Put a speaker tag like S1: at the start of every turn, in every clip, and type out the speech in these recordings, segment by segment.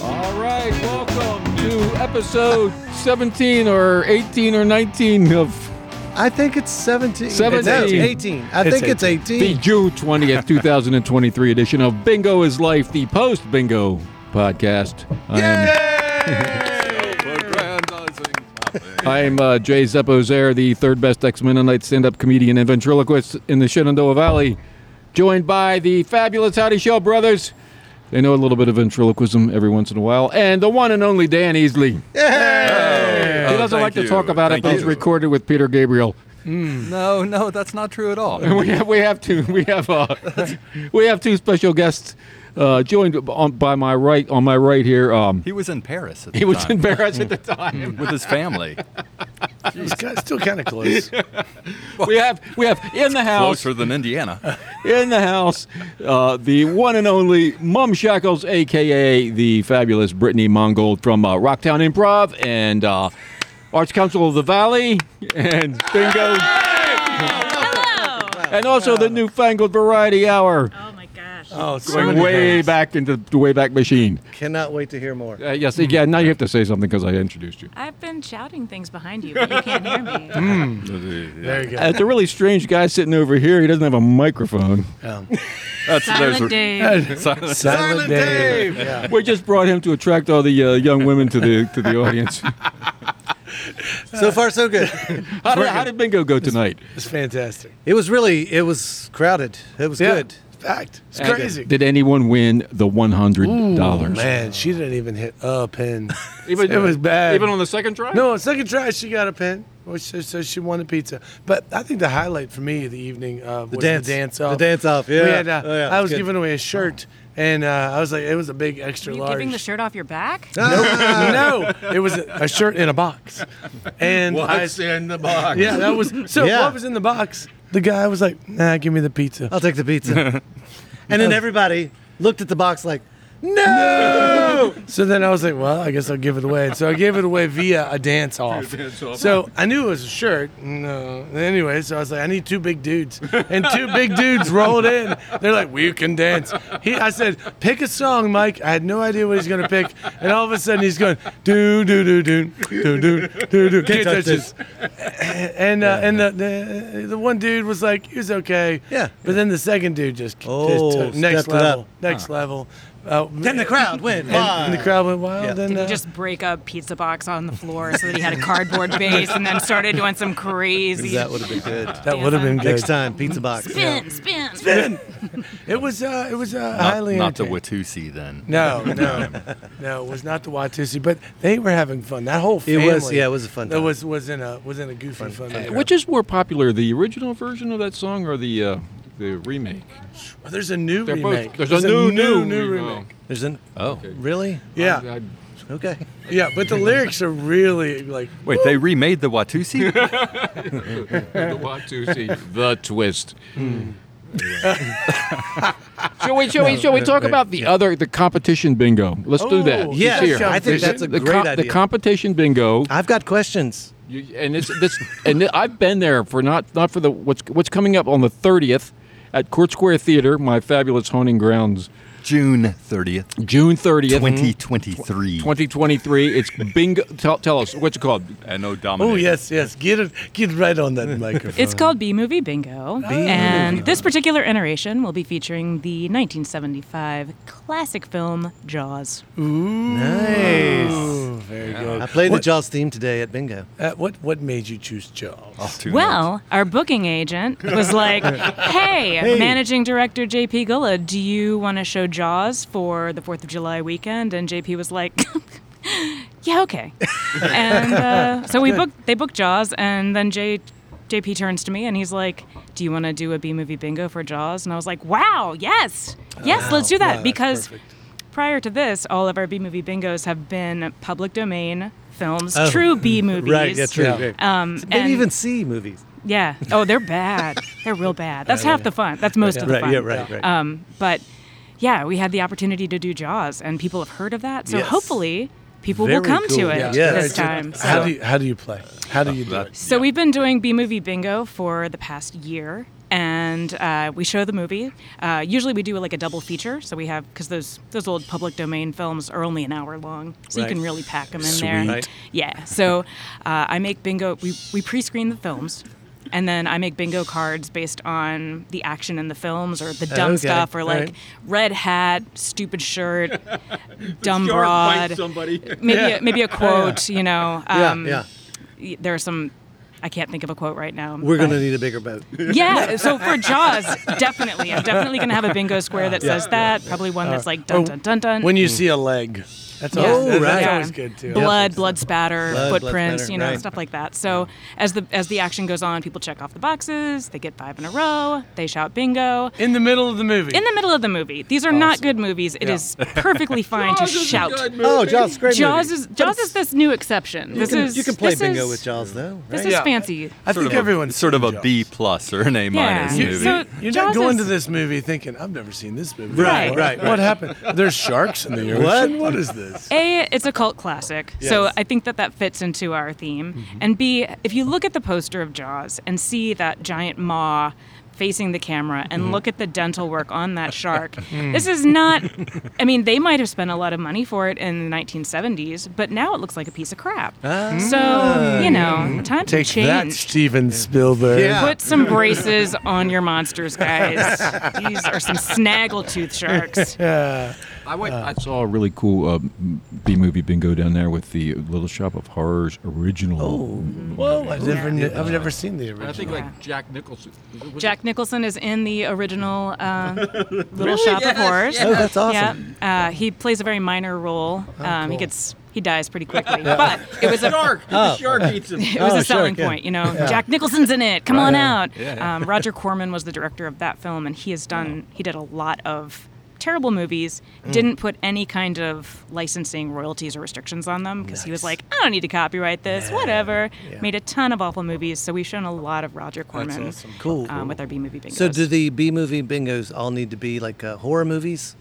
S1: All right, welcome to episode 17 or 18 or 19 of
S2: I think it's 17.
S1: Seventeen.
S2: No, 18. I
S3: It's
S2: think it's 18.
S1: the June 20th, 2023 edition of Bingo is Life, the post bingo podcast. I am, I am uh, Jay Zeppozer, the third best ex Mennonite stand up comedian and ventriloquist in the Shenandoah Valley, joined by the fabulous Howdy Shell brothers. They know a little bit of ventriloquism every once in a while, and the one and only Dan Easley. He doesn't like to talk about it, but he's recorded with Peter Gabriel.
S4: No, no, that's not true at all.
S1: we have we have two we have uh, we have two special guests uh, joined on, by my right on my right here. Um,
S4: He was in Paris at the
S1: he was
S4: time
S1: embarrassed at the time.
S4: with his family.
S2: He's ki- still kind of close.
S1: We have we have in the house
S4: Closer than Indiana.
S1: in the house uh, the one and only Mum Shackles, aka the fabulous Brittany Mongold from uh, Rocktown Improv and uh, Arts Council of the Valley and Bingo.
S5: Hello.
S1: And also the newfangled variety hour,
S5: Oh my gosh.
S2: oh, so
S1: going
S2: many
S1: way
S2: things.
S1: back into the way back machine.
S2: Cannot wait to hear more.
S1: Uh, yes, yeah. Now you have to say something because I introduced you.
S5: I've been shouting things behind you, but you can't hear me.
S2: There you go.
S1: It's a really strange guy sitting over here. He doesn't have a microphone.
S2: Um,
S4: That's there's
S5: Silent Dave.
S4: a, silent.
S2: Silent Dave. Yeah.
S1: We just brought him to attract all the uh, young women to the to the audience.
S2: So far, so good.
S1: How did, how did bingo go tonight?
S6: It's fantastic.
S2: It was really, it was crowded. It was good.
S6: Fact. It's
S1: And
S6: crazy.
S1: Did anyone win the one hundred dollars?
S6: Man, she didn't even hit a pin.
S1: Even-
S6: it was bad.
S1: Even on the second try?
S6: no, second try, she got a pin. Well, she says she won the pizza. But I think the highlight for me of the evening uh, was the
S2: dance.
S6: dance
S2: The
S6: off.
S2: dance off,
S6: We
S2: yeah.
S6: had, uh,
S2: Oh, yeah,
S6: I was
S2: good.
S6: giving away a shirt, and uh, I was like, it was a big extra
S5: Are you
S6: large.
S5: giving the shirt off your back?
S6: no, it was a, a shirt in a box. And I,
S3: in the box?
S6: yeah, that was so.
S2: Yeah.
S6: What was in the box? The guy was like, "Nah, give me the pizza."
S2: I'll take the pizza. and then everybody looked at the box like, no!
S6: So then I was like, well, I guess I'll give it away. And so I gave it away via a dance off. So I knew it was a shirt. No. Anyway, so I was like, I need two big dudes. And two big dudes rolled in. They're like, we can dance. He, I said, pick a song, Mike. I had no idea what he's going to pick. And all of a sudden he's going, do, do, do, do, do, do, do, do. Can't
S2: touch
S6: touch this. And, uh, and the, the, the one dude was like, he was okay.
S2: Yeah.
S6: But then the second dude just,
S2: Oh,
S6: just took- next
S2: stepped it up.
S6: level. Next level. Uh,
S2: Then the crowd went
S6: and, and the
S2: wild.
S6: crowd went wild.
S2: Yeah.
S6: Then
S5: Did
S6: uh,
S5: he just break a pizza box on the floor so that he had a cardboard base and then started doing some crazy
S2: That would have been good.
S6: that would have been good.
S2: Next time, pizza box.
S5: spin, spin, spin?
S6: It was uh, it was uh,
S4: Not,
S6: highly
S4: not the
S6: entertaining.
S4: Watusi then.
S6: No, no, no. It was not the Watusi, but they were having fun. That whole
S2: It
S6: family.
S2: was- yeah, it was a fun
S6: That
S2: time.
S6: was was in a was in a goofy fun. era.
S1: Which is more popular, the original version of that song or the uh, the remake?
S6: Oh, there's a new
S1: They're both-
S6: remake.
S1: there's a new, new
S6: new
S1: remake.
S6: remake.
S2: There's an,
S4: Oh.
S2: really?
S6: Yeah,
S1: I-
S2: Okay.
S6: yeah. But the lyrics are really like
S4: Wait, they remade the Watusi?
S1: I want to see the twist.
S2: Hmm.
S1: shall we? Shall we? Shall we talk about the other the competition bingo? Let's do that.
S6: Oh,
S1: It's
S2: yeah,
S1: here.
S2: I think that's a
S1: the
S2: great
S1: com- The
S2: idea. Uh,
S1: competition bingo,
S2: I've got questions.
S1: you, and it's this, and th- I've been there for not not for the what's what's coming up on the thirtieth at Court Square Theater, my fabulous honing grounds,
S4: June 30th,
S1: June thirtieth,
S4: 2023.
S1: twenty twenty three. It's bingo. Tell, tell us what's it called.
S4: And no Dominic.
S6: oh yes yes get it get right on that microphone.
S5: It's called B Movie Bingo. and this particular iteration will be featuring the 1975 classic film Jaws.
S2: Nice.
S6: Ooh, very
S2: I
S6: good.
S2: played the
S6: What-
S2: Jaws theme today at bingo.
S6: Uh, what what made you choose Jaws?
S4: Oh, too
S5: Well, our booking agent was like, hey, managing director JP Gullah, do you want to show Jaws for the 4th of July weekend? And JP was like, yeah, okay. and uh, so we booked, they booked Jaws, and then J, JP turns to me and he's like, do you want to do a B movie bingo for Jaws? And I was like, wow, yes, yes, let's do that.
S6: that's
S5: because
S6: perfect.
S5: prior to this, all of our B movie bingos have been public domain films, true B movies.
S6: Yeah.
S5: Um,
S2: Maybe
S5: and-
S2: even see movies.
S5: yeah. Oh, they're bad. they're real bad. That's half the fun. That's most of the
S2: Right,
S5: fun.
S2: yeah, right, right.
S5: Um, but yeah, we had the opportunity to do Jaws, and people have heard of that. So
S2: Yes.
S5: hopefully, people will
S2: Very
S5: come
S2: cool.
S5: to it
S2: Yeah. Yes.
S5: this time. So,
S6: How do you how do you play? How do you do
S4: that-
S6: it?
S5: so we've been doing B movie bingo for the past year. and uh, we show the movie. Uh, usually we do like a double feature, so we have because those those old public domain films are only an hour long, so
S2: Right.
S5: you can really pack them in there.
S6: Right.
S5: Yeah. So uh, I make bingo. We we pre-screen the films. And then I make bingo cards based on the action in the films or the dumb
S2: Okay,
S5: stuff or like
S6: right.
S5: red hat, stupid shirt, dumb
S1: Shark bites
S5: broad,
S1: somebody.
S5: maybe
S6: Yeah.
S5: a, maybe a quote. You know,
S2: Yeah,
S5: um,
S2: yeah.
S5: y- There are some. I can't think of a quote right now.
S2: We're
S5: but-
S2: gonna need a bigger boat.
S5: yeah, so for Jaws, definitely. I'm definitely going to have a bingo square that says that. Probably one
S2: Uh,
S5: that's like dun dun dun dun.
S6: When you see a leg, that's
S5: Yeah.
S6: always,
S2: Oh,
S6: that's
S2: right.
S6: always good too.
S5: Blood, blood spatter,
S2: Blood, blood
S5: footprints,
S2: spatter,
S5: you know,
S2: right.
S5: stuff like that. So as the as the action goes on, people check off the boxes. They get five in a row. They shout bingo.
S6: In the middle of the movie.
S5: In the middle of the movie, these are not good movies. It
S6: Yeah.
S5: is perfectly fine to shout.
S2: Oh, Jaws, great
S5: Jaws
S2: movie.
S5: is Jaws is this new exception.
S2: You
S5: This
S2: can,
S5: is
S2: you can play
S5: this
S2: bingo
S5: is-
S2: with Jaws though.
S5: This
S2: right?
S5: is
S6: Yeah.
S5: fancy.
S6: I think
S4: sort of a-
S6: everyone's
S4: sort of a
S6: seen Jaws.
S4: B plus or an A minus
S5: Yeah.
S4: movie.
S5: So-
S6: You're not
S5: Jaws
S6: going to
S5: is-
S6: this movie thinking, I've never seen this movie.
S2: Right,
S6: before.
S2: right,
S6: What happened? There's sharks in the ocean.
S2: What?
S6: what is this?
S5: A, it's a cult classic, so I think that that fits into our theme.
S6: Mm-hmm.
S5: And B, if you look at the poster of Jaws and see that giant maw facing the camera and
S6: Mm-hmm.
S5: look at the dental work on that shark, this is not. I mean, they might have spent a lot of money for it in the 1970s, but now it looks like a piece of crap. so you know, time to
S6: Ah. Mm. Take that,
S5: change.
S6: Steven Spielberg.
S2: Yeah.
S5: Put some braces on your monsters, guys. These are some snaggletooth sharks.
S1: I went. I saw a really cool uh, B movie bingo down there with the Little Shop of Horrors original.
S6: Whoa, I've never,
S5: Yeah.
S6: kn- I've never seen
S1: Oh,
S6: the
S1: I
S6: original.
S1: think
S5: Yeah.
S1: like Jack Nicholson.
S5: Jack Nicholson is in the original uh, Little Shop of Horrors.
S2: Oh, that's awesome.
S5: Yeah, uh, he plays a very minor role.
S2: Oh,
S5: um, He gets he dies pretty quickly, but it was a
S1: Shark. The shark eats him.
S5: it was
S2: Oh,
S5: a selling
S2: sure, yeah.
S5: point. You know, Jack Nicholson's in it. Come on out.
S4: Yeah.
S5: Um, Roger Corman was the director of that film, and he has done he did a lot of terrible movies.
S2: Mm.
S5: Didn't put any kind of licensing, royalties, or restrictions on them because he was like, I don't need to copyright this. Whatever. Made a ton of awful movies, so we've shown a lot of Roger Corman.
S6: awesome.
S2: Cool.
S5: Um, with our B movie bingos.
S2: So do the B movie bingos all need to be like uh, horror movies?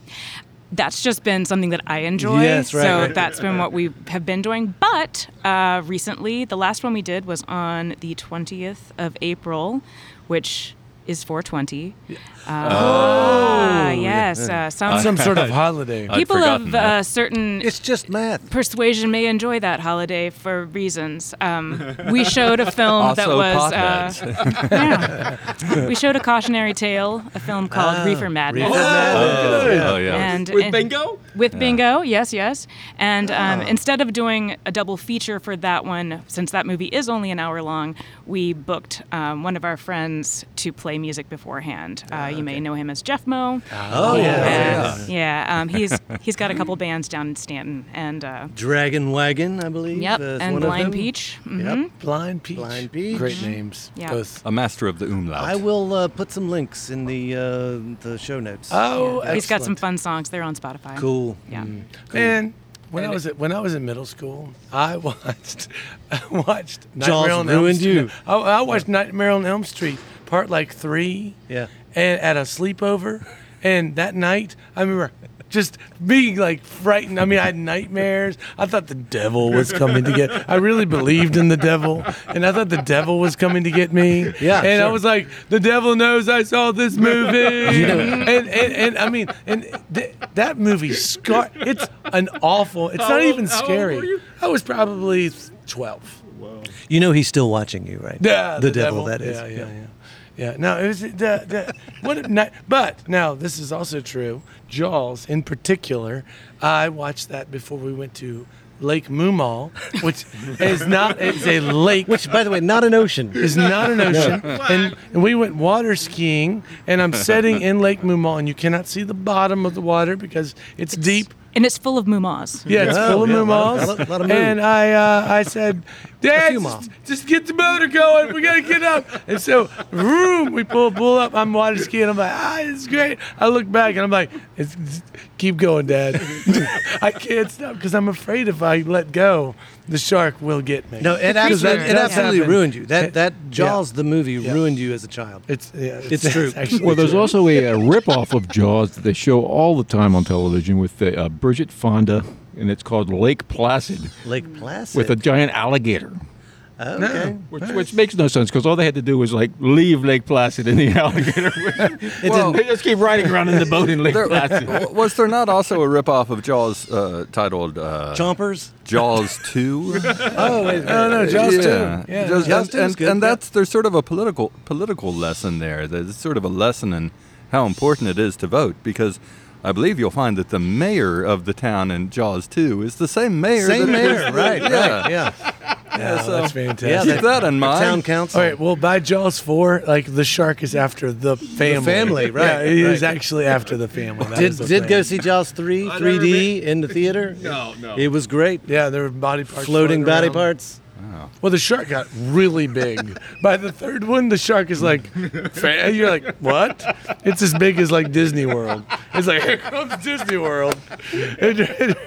S5: that's just been something that I enjoy.
S2: Yes, right,
S5: so
S2: right.
S5: that's been what we have been doing. But uh, recently, the last one we did was on the 20th of April, which is 420. oh, yes. Uh, some,
S6: Some sort of holiday.
S4: I'd
S5: people
S4: forgotten
S5: of
S4: that.
S5: uh, certain
S2: It's just math.
S5: persuasion may enjoy that holiday for reasons. Um, we showed a film that
S4: Also
S5: was.
S4: potheads.
S5: Uh, yeah. We showed a cautionary tale, a film called Reefer Madness.
S4: oh, yeah.
S5: And
S1: With
S5: and-
S1: bingo?
S5: With bingo, yes, yes. And
S2: Oh.
S5: um, instead of doing a double feature for that one, since that movie is only an hour long, we booked um, one of our friends to play music beforehand. Uh, You may know him as Jeff Mo.
S2: Ah, Oh yeah.
S5: And- yeah. um, he's he's got a couple bands down in Stanton, and uh,
S2: Dragon Wagon, I believe.
S5: yep,
S2: uh, is
S5: and
S2: one of
S5: Blind
S2: them.
S5: Peach. Mm.
S2: Yep.
S6: Blind Peach.
S2: Blind Peach.
S6: Great names.
S5: Yeah.
S6: Both.
S4: a master of the umlaut.
S2: I will uh, put some links in the uh, the show notes.
S6: Oh,
S5: He's got some
S6: excellent.
S5: fun songs. They're on Spotify.
S2: cool. Mm.
S5: Yeah.
S6: Man, when I was at, when I was in middle school, I watched I watched
S2: Jaws
S6: Nightmare on
S2: ruined
S6: Elm
S2: you.
S6: Street. I, I watched Nightmare on Elm Street part like three.
S2: Yeah.
S6: And at a sleepover, and that night I remember just being like frightened. I mean, I had nightmares. I thought the devil was coming to get. I really believed in the devil, and I thought the devil was coming to get me.
S2: Yeah,
S6: And I
S2: sure.
S6: was like, the devil knows I saw this movie. and, and and I mean, and th- that movie scar. It's an awful. It's not
S1: old-
S6: even
S1: how old
S6: scary.
S1: were you?
S6: I was probably twelve.
S2: You know he's still watching you, right?
S6: Yeah,
S2: The, devil, that is.
S6: Yeah, yeah, yeah. Yeah, no, it was the, the what a night. But now this is also true. Jaws, in particular, I watched that before we went to Lake Mumal, which is not is a lake, which
S2: By the way, not an ocean.
S6: is not an ocean. And, and we went water skiing, and I'm setting in Lake Mumal, and you cannot see the bottom of the water because it's deep.
S5: And it's full of mumas.
S6: Yeah, it's
S2: Oh,
S6: full of
S2: yeah,
S6: yeah,
S2: lot of- lot of- lot of moo.
S6: And I, uh, I said, Dad,
S2: few
S6: just,
S2: moms.
S6: just get the motor going. We gotta get up. And so, room, we pull, pull up. I'm water skiing. I'm like, ah, this is great. I look back and I'm like, it's, it's- keep going, Dad. I can't stop because I'm afraid if I let go, the shark will get me.
S2: No, it
S5: creature
S2: absolutely,
S5: that
S2: it
S5: does
S2: absolutely
S6: happen.
S2: ruined you. That that
S6: Yeah.
S2: Jaws the movie ruined you as a child.
S6: it's yeah,
S2: It's true.
S6: actually
S1: Well, there's
S6: true.
S1: also a, uh ripoff of Jaws that they show all the time on television with the, uh, Bridget Fonda, and it's called Lake Placid
S2: Lake Placid.
S1: with a giant alligator.
S2: Okay.
S1: Which, which makes no sense because all they had to do was like leave Lake Placid in the alligator.
S4: Well,
S1: they just keep riding around in the boat in Lake
S4: there-
S1: Placid.
S4: w- was there not also a ripoff of Jaws uh, titled uh,
S2: Chompers.
S4: Jaws Two?
S2: Oh, wait,
S6: Oh no, Jaws too. Yeah.
S4: Jaws-
S2: Jaws
S4: and,
S2: 2 is
S4: and-
S2: good,
S4: and
S2: yeah.
S4: that's there's sort of a political political lesson there. There's sort of a lesson in how important it is to vote because I believe you'll find that the mayor of the town in Jaws Two is the same mayor.
S2: Same
S4: that it is
S2: mayor,
S4: the-
S2: right?
S4: Yeah.
S2: Right. Yeah. um,
S4: yeah, so
S6: That's fantastic.
S2: Yeah.
S4: Keep that in mind.
S2: Town council.
S6: All right. Well, by Jaws four, like the shark is after the family.
S2: family, right,
S6: Yeah, he is
S2: right.
S6: actually after the family. That
S2: Did
S6: is the
S2: did go
S6: thing.
S2: see Jaws three 3D in the theater? No, no. It was great.
S6: Yeah, there were body parts.
S2: Floating body
S6: around.
S2: parts.
S6: Well, the shark got really big. By the third one, the shark is like, fa- and you're like, what? It's as big as like Disney World. It's like here comes Disney World. And- and-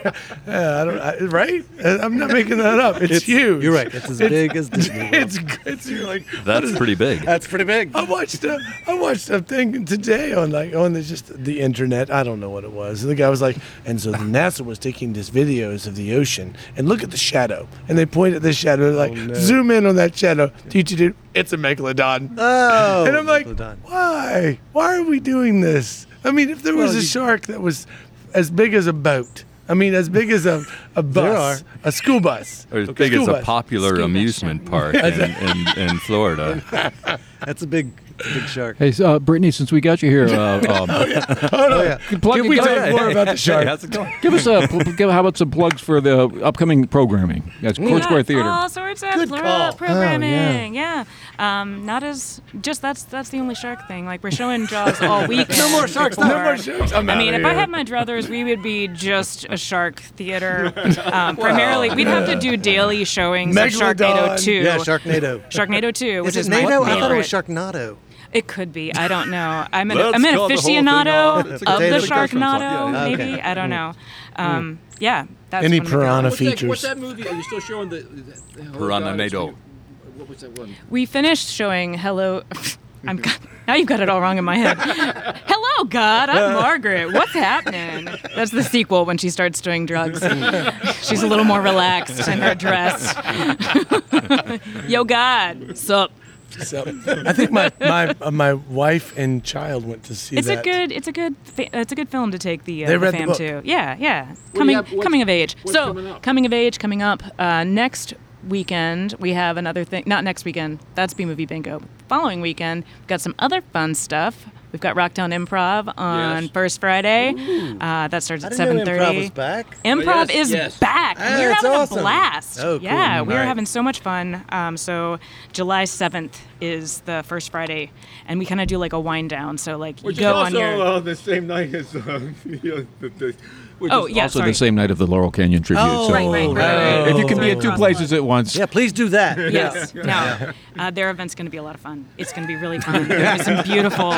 S6: yeah, I don't, I, right? I'm not making that up. It's, huge.
S2: You're right. It's as big as Disney. World.
S6: It's it's you're like what
S4: That's
S6: is-
S4: pretty big.
S2: That's pretty big.
S6: I watched a I watched a thing today on like on the, just the internet. I don't know what it was. And the guy was like, and so the NASA was taking these videos of the ocean and look at the shadow. And they point at the shadow
S2: Oh,
S6: like zoom in on that shadow. Dude, dude, dude, it's a megalodon.
S2: Oh.
S6: and I'm like,
S2: Megalodon.
S6: why? Why are we doing this? I mean, if there was
S2: Well,
S6: a
S2: you-
S6: shark that was as big as a boat. I mean, as big as a, a bus, a school bus,
S4: Or as big
S6: school
S4: as a
S6: bus.
S4: popular
S5: Scuba
S4: amusement park
S5: shark.
S4: in, in, in Florida.
S2: That's a big, it's a big shark.
S1: Hey, so, uh, Brittany, since we got you here, uh, um,
S2: Oh,
S1: plug
S6: Can
S1: it-
S6: we
S1: go
S6: talk
S1: ahead.
S6: more about the shark?
S4: how's it going?
S1: Give us a pl- give, how about some plugs for the upcoming programming? That's Court
S5: Yeah,
S1: Square Theater.
S5: All sorts of
S2: Good
S5: plura-
S2: call.
S5: programming. yeah. Um, not as just that's that's the only shark thing. Like we're showing Jaws all week. no more sharks.
S6: No more sharks. I'm
S5: I mean,
S6: outta
S5: if I
S6: here.
S5: had my druthers, we would be just a shark theater. Um, primarily, we'd have to do daily showings of
S6: Megalodon.
S5: Sharknado 2.
S2: Yeah, Sharknado.
S5: Sharknado 2,
S2: Is
S5: which is
S2: it
S5: my
S2: NATO? I thought it
S5: favorite.
S2: was Sharknado.
S5: It could be. I don't know. I'm an,
S4: Let's
S5: I'm an
S4: call the whole thing
S5: aficionado
S4: off. It's
S5: of
S4: a good
S5: the
S4: day. Discussion.
S5: Sharknado,
S4: Yeah,
S2: yeah.
S5: maybe.
S2: Okay.
S5: I don't know. Um, yeah, that's
S6: Any
S5: one of my favorites.
S6: piranha
S3: What's that,
S6: features.
S3: what's that movie? Are you still showing the? the oh
S4: Piranha
S3: God, it's
S4: Nado.
S3: been- What was that one?
S5: We finished showing Hello. I'm go- now you've got it all wrong in my head. Hello, God. I'm Margaret. What's happening? That's the sequel when she starts doing drugs. She's a little more relaxed in her dress. Yo, God. Sup.
S6: So I think my my uh, my wife and child went to see
S5: It's
S6: that.
S5: a good. It's a good. Fi- it's a good film to take the, uh,
S6: They read the
S5: fam
S6: book.
S5: to. Yeah, yeah. Coming
S3: have- what's-
S5: coming of age.
S3: what's
S5: so
S3: coming up?
S5: coming of age coming up uh, next weekend. We have another thing. Not next weekend. That's B movie bingo. Following weekend, we've got some other fun stuff. We've got Rocktown Improv on
S3: Yes.
S5: First Friday. Uh, that starts
S2: I
S5: at
S2: didn't know
S5: seven
S2: improv
S5: thirty.
S2: was back.
S5: Improv
S3: Yes,
S5: is
S3: yes.
S5: back.
S2: Ah,
S5: we're
S2: that's
S5: having
S2: awesome.
S5: a blast.
S2: Oh, cool.
S5: Yeah, we're
S2: Right.
S5: having so much fun. Um, so July 7th is the first Friday, and we kind of do like a wind down. So like you
S3: Which
S5: go
S3: is also
S5: on your
S3: uh, the same night as uh, you know, the, the, which
S5: oh
S3: is
S5: yeah
S1: also
S5: sorry.
S1: the same night of the Laurel Canyon tribute.
S2: Oh,
S1: so
S5: Right, right, right, right.
S1: if you can be at two
S3: Oh,
S5: Crosswalk.
S1: places at once,
S2: Yeah, please do that.
S5: Yes. No. Uh, their event's going to be a lot of fun. It's going to be really fun. There's some beautiful,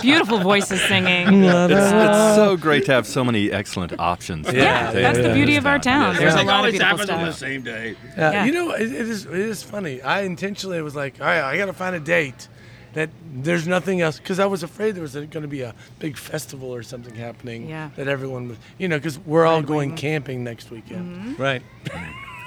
S5: beautiful voices singing. Yeah,
S4: It's, it's so great to have so many excellent options. that we
S6: Yeah,
S4: can take
S5: that's
S4: in
S5: the
S4: this
S5: beauty of our town. There's a
S3: Everything
S5: lot of
S3: always
S5: beautiful
S3: happens on the
S5: stuff.
S3: same day.
S6: Uh,
S5: Yeah.
S6: You know, it, it is it is funny. I intentionally was like, all right, I gotta find a date that there's nothing else because I was afraid there was going to be a big festival or something happening
S5: Yeah.
S6: that everyone was, you know, because we're all going camping next weekend.
S5: Mm-hmm.
S2: Right.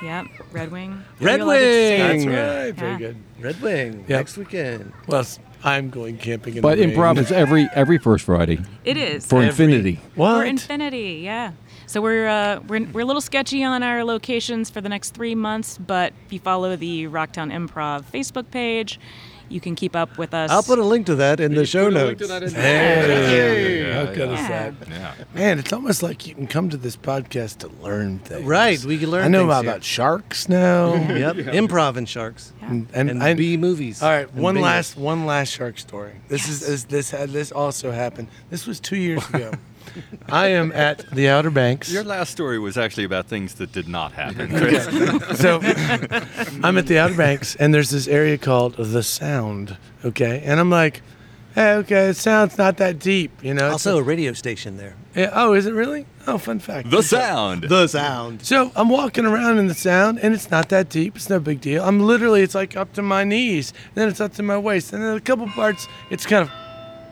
S5: Yep. Red Wing.
S2: Red
S5: You're allowed to see
S2: Wing.
S5: it.
S6: That's
S2: Yeah.
S6: right. Very
S5: Yeah.
S6: good.
S2: Red Wing next weekend.
S6: Well, s- I'm going camping. In
S1: but
S6: the rain.
S1: improv is every every first Friday
S5: It is.
S1: for infinity.
S5: For
S6: What?
S5: infinity, yeah. So we're uh, we're we're a little sketchy on our locations for the next three months, but if you follow the Rocktown Improv Facebook page, you can keep up with us.
S2: I'll put a link to that in the show
S3: Put a link
S2: notes.
S3: to that in
S6: Hey,
S4: Yeah,
S6: how
S4: yeah,
S6: good is
S5: yeah.
S6: that?
S4: Yeah.
S6: Man, it's almost like you can come to this podcast to learn things.
S2: Right, we can learn
S6: I know
S2: things
S6: about,
S2: here.
S6: about sharks now.
S2: Yep. Improv and sharks.
S6: And,
S2: And
S6: I-
S2: B movies.
S6: All right,
S2: And
S6: one
S2: bingo.
S6: last one last shark story. This is, is this had this also happened. This was two years ago. I am at the Outer Banks.
S4: Your last story was actually about things that did not happen, Chris.
S6: so I'm at the Outer Banks, and there's this area called the Sound. Okay, and I'm like, hey, okay, it sounds not that deep, you know. it's
S2: Also, a radio station there.
S6: a- yeah, oh, is it really? Oh, fun fact.
S4: the sound.
S2: The sound.
S6: So I'm walking around in the sound, and it's not that deep. It's no big deal. I'm literally, it's like up to my knees, and then it's up to my waist, and then a couple parts, it's kind of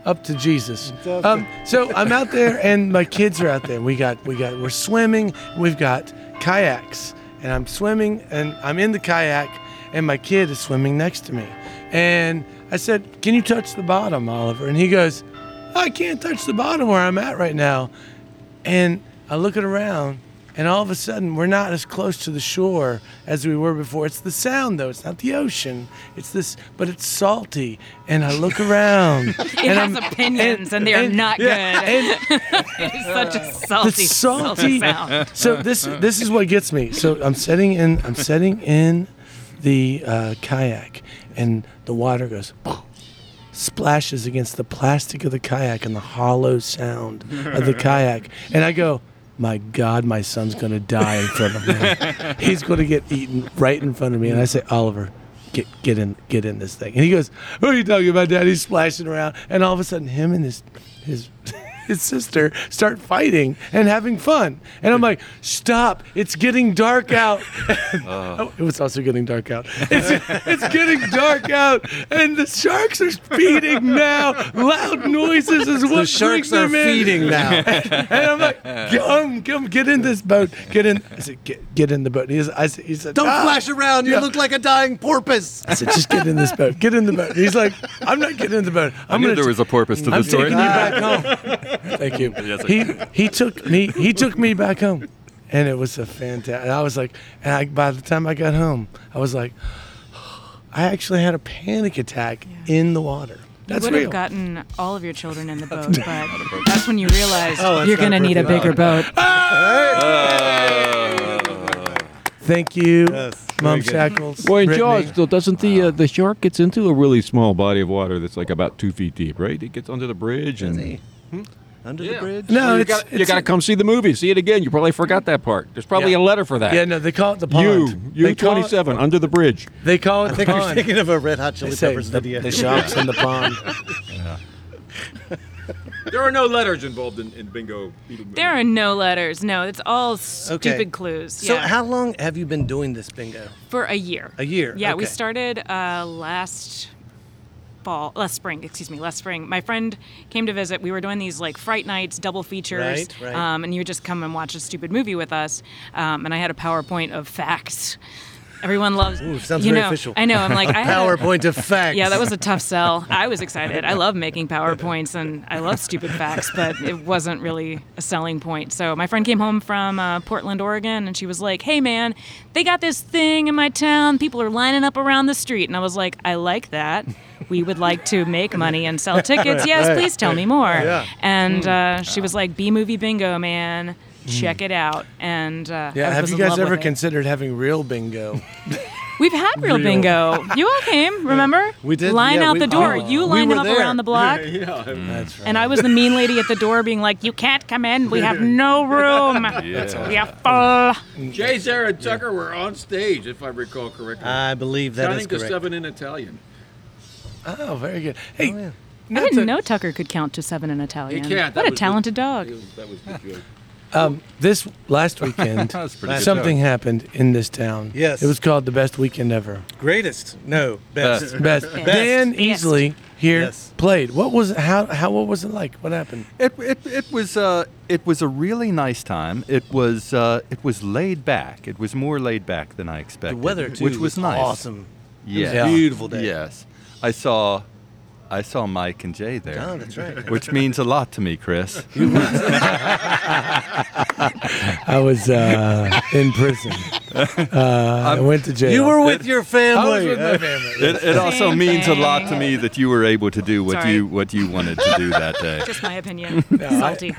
S6: up to Jesus.
S2: up
S6: Um, so I'm out there, and my kids are out there. We got, we got, we're swimming. We've got kayaks, and I'm swimming, and I'm in the kayak, and my kid is swimming next to me. And I said, Can you touch the bottom, Oliver? And he goes, I can't touch the bottom where I'm at right now. And I look it around, and all of a sudden, we're not as close to the shore as we were before. It's the sound, though. It's not the ocean. It's this, but it's salty. And I look around.
S5: It
S6: and
S5: has
S6: I'm-
S5: opinions, and, they are
S6: and-
S5: not good.
S6: and-
S5: it's such a salty, salty
S6: salty-
S5: sound.
S6: so this this is what gets me. So I'm sitting in I'm sitting in the uh, kayak, and the water goes splashes against the plastic of the kayak and the hollow sound of the kayak, and I go. My God, my son's gonna die in front of me. He's gonna get eaten right in front of me. And I say, Oliver, get get in get in this thing. And he goes, What are you talking about, Dad? He's splashing around. And all of a sudden him and his his his sister start fighting and having fun. And I'm like, stop, it's getting dark out. oh, it was also getting dark out. It's, it's getting dark out. And the sharks are feeding now. Loud noises is what
S2: The sharks
S6: brings
S2: are
S6: them in
S2: feeding now.
S6: and I'm like, come, come, get in this boat, get in. I said, get, get in the boat. And he's, I said, he said,
S2: Don't
S6: "Ah."
S2: flash around. You look like a dying porpoise.
S6: I said, just get in this boat, get in the boat. He's like, I'm not getting in the boat. I'm
S4: I knew
S6: gonna
S4: there
S6: t-
S4: was a purpose to
S6: I'm
S4: the story.
S6: taking you back home. Thank you. He he took me he took me back home, and it was a fantastic. I was like, and I, by the time I got home, I was like, I actually had a panic attack in the water. That's
S5: you would
S6: real.
S5: have gotten all of your children in the boat, but that's when you realize you're
S2: not
S5: going to need a bigger boat.
S6: Thank you,
S2: Yes, very
S6: Mom
S2: good.
S6: Shackles.
S1: Well, in
S6: Brittany.
S1: Jaws, though, doesn't the uh, the shark gets into a really small body of water that's like about two feet deep, right? It gets under the bridge and
S2: Under the bridge.
S6: No,
S1: you
S6: it's,
S1: gotta, you
S6: it's-
S1: gotta come see the movie, see it again. You probably forgot that part. There's probably
S6: Yeah.
S1: a letter for that.
S6: Yeah, no, they call it the
S1: you,
S6: pond.
S1: you
S6: they call it-
S1: 27, under the bridge.
S6: They call it
S2: I
S6: the
S2: think you're
S6: pond.
S2: thinking of a Red Hot
S6: They
S2: Chili
S6: say
S2: Peppers
S6: the,
S2: video.
S6: the sharks in the pond.
S3: There are no letters involved in, in bingo.
S5: There are no letters. No, it's all stupid
S2: Okay.
S5: clues.
S2: So
S5: yeah.
S2: how long have you been doing this bingo?
S5: For a year.
S2: A year,
S5: Yeah, we
S2: okay.
S5: started uh, last fall, last spring, excuse me, last spring. My friend came to visit. We were doing these like fright nights, double features.
S2: Right, right.
S5: Um, and you would just come and watch a stupid movie with us. Um, and I had a PowerPoint of facts. Everyone loves. Ooh,
S2: sounds
S5: you
S2: very
S5: know,
S2: official.
S5: I know. I'm like, I had a-
S2: PowerPoint of facts.
S5: Yeah, that was a tough sell. I was excited. I love making PowerPoints and I love stupid facts, but it wasn't really a selling point. So my friend came home from uh, Portland, Oregon, and she was like, hey, man, they got this thing in my town. People are lining up around the street. And I was like, I like that. We would like to make money and sell tickets. Yes, please tell me more. And uh, she was like, B movie bingo, man. Check it out. And uh,
S6: Yeah,
S5: I
S6: have
S5: was
S6: you
S5: in
S6: guys
S5: love with
S6: ever
S5: it.
S6: considered having real bingo?
S5: We've had real,
S6: Real.
S5: bingo. You all came, remember?
S2: We did,
S5: Line
S2: yeah,
S5: out
S2: we-
S5: the door.
S2: oh,
S5: you
S2: we
S5: lined
S2: were
S5: up
S2: there.
S5: around the block.
S6: That's right.
S5: And I was the mean lady at the door being like, You can't come in. We have no room. We are full.
S3: Jay, Sarah, and Tucker were on stage, if I recall correctly.
S2: I believe Ah, that is
S3: Counting to
S2: correct.
S3: seven in Italian.
S6: Oh, very good. Hey,
S5: I
S6: not to-
S5: didn't know Tucker could count to seven in
S3: He
S5: Italian.
S3: can't.
S5: What
S3: That
S5: a
S3: was
S5: talented
S3: the,
S5: dog.
S3: That was the joke.
S6: this last weekend,
S4: That's pretty good
S6: something happened in this town.
S2: Yes.
S6: It was called the best weekend ever.
S2: Greatest. No, best.
S6: Best. Dan
S5: Best.
S6: Easley here
S2: Yes.
S6: played. What was how how what was it like? What happened?
S4: It, it, it was uh, it was a really nice time. It was uh, it was laid back. It was more laid back than I
S2: The
S4: expected.
S2: weather too
S4: which was, nice.
S2: awesome.
S4: Yes.
S6: Yeah.
S2: Beautiful day.
S4: Yes. I saw I saw Mike and Jay there.
S2: Oh, that's right.
S4: Which means a lot to me, Chris.
S6: I was uh, in prison. Uh, I went to jail.
S2: You were with your
S6: I was
S2: family.
S6: with my family.
S4: It, it also
S5: Same
S4: means a lot to
S5: thing.
S4: me that you were able to do what
S5: Sorry.
S4: you what you wanted to do that day.
S5: Just my opinion.
S6: I-
S5: Salty.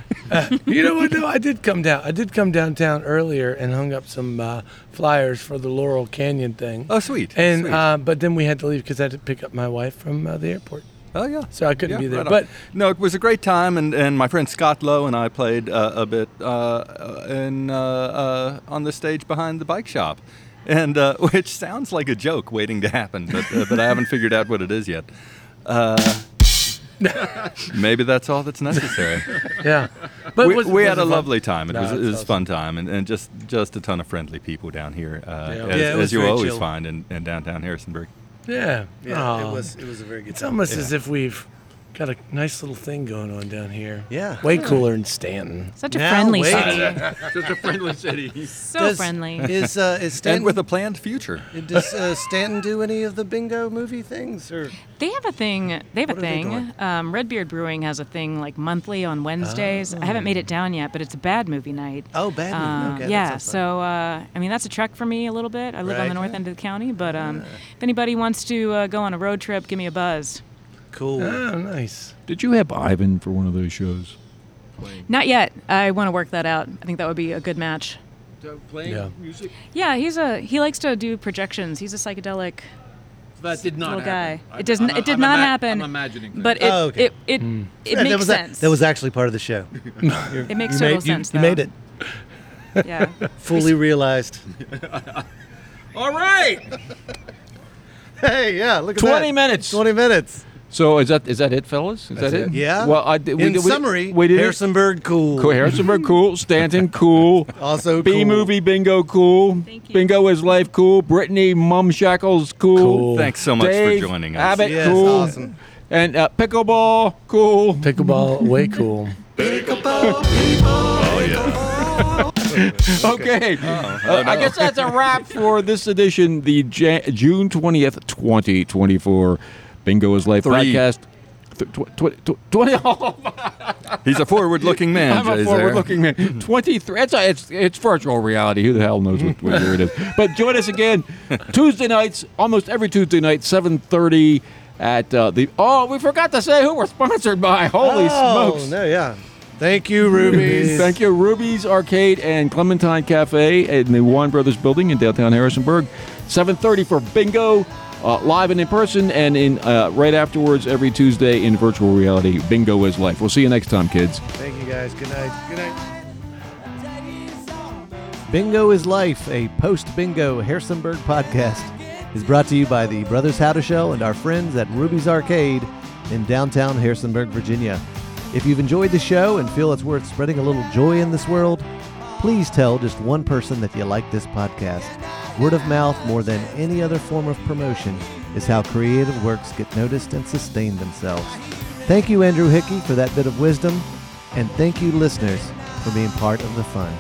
S6: You know what? though? I did come down. I did come downtown earlier and hung up some uh, flyers for the Laurel Canyon thing.
S4: Oh, sweet.
S6: and
S4: sweet.
S6: uh, but then we had to leave because I had to pick up my wife from uh, the airport.
S4: oh yeah.
S6: So I couldn't
S4: Yeah,
S6: be there.
S4: right on.
S6: but
S4: no, it was a great time, and, and my friend Scott Lowe and I played uh, a bit uh, uh, in uh, uh, on the stage behind the bike shop, and uh, which sounds like a joke waiting to happen, but uh, but I haven't figured out what it is yet. Uh, maybe that's all that's necessary.
S6: yeah, but
S4: we,
S6: was-
S4: we
S6: was
S4: had
S6: it
S4: a
S6: fun?
S4: lovely time. It
S6: No,
S4: was it
S6: that's
S4: was a
S6: awesome.
S4: fun time, and, and just just a ton of friendly people down here, uh,
S6: Yeah.
S4: as,
S2: Yeah, it was
S4: as you
S2: very
S4: always
S2: chill.
S4: find in, in downtown Harrisonburg.
S6: Yeah,
S2: Yeah,
S6: Aw.
S2: it was. It was a very good.
S6: It's
S2: time.
S6: almost as if we've Got a nice little thing going on down here.
S2: Yeah.
S6: Way cooler than Stanton.
S5: Such a
S2: Now,
S5: friendly
S2: wait.
S5: city.
S1: Such a friendly city.
S5: So
S2: Does-
S5: friendly.
S2: Is uh, is Stanton
S4: and with a planned future.
S2: Does uh, Stanton do any of the bingo movie things? Or
S5: They have a thing. They have
S2: What
S5: a
S2: are they
S5: thing.
S2: doing?
S5: Um, Red Beard Brewing has a thing like monthly on Wednesdays. I haven't made it down yet, but it's a bad movie night.
S2: Oh, bad movie.
S5: Um,
S2: Okay, that
S5: yeah.
S2: sounds fun.
S5: So uh, I mean, that's a trek for me a little bit. I live on
S2: Right.
S5: the north end of the county, but um, if anybody wants to uh, go on a road trip, give me a buzz.
S2: cool.
S6: Oh, nice.
S1: Did you have Ivan for one of those shows?
S5: Not yet. I want to work that out. I think that would be a good match.
S1: Playing
S6: Yeah.
S1: music?
S5: Yeah, he's a he likes to do projections. He's a psychedelic
S1: That did not
S5: little guy. It does. not it did not happen.
S1: I'm imagining that.
S5: But it
S2: Oh, okay.
S5: it it, it
S2: Yeah,
S5: makes
S2: that was a-
S5: sense.
S2: that was actually part of the show.
S5: it makes
S2: you made,
S5: total
S2: you-
S5: sense.
S2: you
S5: though.
S2: made it
S5: Yeah.
S2: fully realized.
S1: All right!
S2: hey, yeah, look at
S1: 20
S2: that.
S1: minutes.
S2: Twenty minutes.
S1: So is that is that it, fellas? Is that it?
S2: Yeah.
S1: Well, I did, we
S2: In
S1: did, we-
S2: summary,
S1: we did it.
S2: Harrison Bird cool.
S1: Cool, Harrisonburg cool, Stanton cool,
S2: Also
S1: B
S2: cool.
S1: movie bingo cool,
S5: Thank you.
S1: bingo is life cool, Brittany Mumshackles cool,
S6: Cool.
S4: Thanks so much
S1: Dave
S4: for joining us.
S1: Abbott
S2: Yes,
S1: cool,
S2: awesome.
S1: and uh, pickleball cool.
S6: Pickleball, way cool.
S1: Okay, Uh, I guess that's a wrap for this edition, the Ja- June twentieth, twenty twenty four, bingo is life
S4: Three.
S1: podcast. Th- tw- tw- tw- Twenty. Oh,
S4: He's a forward-looking man.
S1: I'm a
S4: Jay Zayer.
S1: forward-looking man. Twenty-three. It's, it's it's virtual reality. Who the hell knows what, what year it is? But join us again Tuesday nights, almost every Tuesday night, seven thirty at uh, the. Oh, we forgot to say who we're sponsored by. Holy
S2: oh,
S1: smokes!
S2: no, yeah. Thank you, Rubies.
S1: Thank you, Ruby's Arcade and Clementine Cafe in the Juan Brothers Building in downtown Harrisonburg. 7:30 for bingo, uh, live and in person, and in uh, right afterwards every Tuesday in virtual reality. Bingo is life. We'll see you next time, kids.
S2: Thank you guys. Good night. Good night. Bingo is Life, a post bingo Harrisonburg podcast, is brought to you by the Brothers How to Show and our friends at Ruby's Arcade in downtown Harrisonburg, Virginia. If you've enjoyed the show and feel it's worth spreading a little joy in this world, please tell just one person that you like this podcast. Word of mouth, more than any other form of promotion, is how creative works get noticed and sustain themselves. Thank you, Andrew Hickey, for that bit of wisdom, and thank you, listeners, for being part of the fun.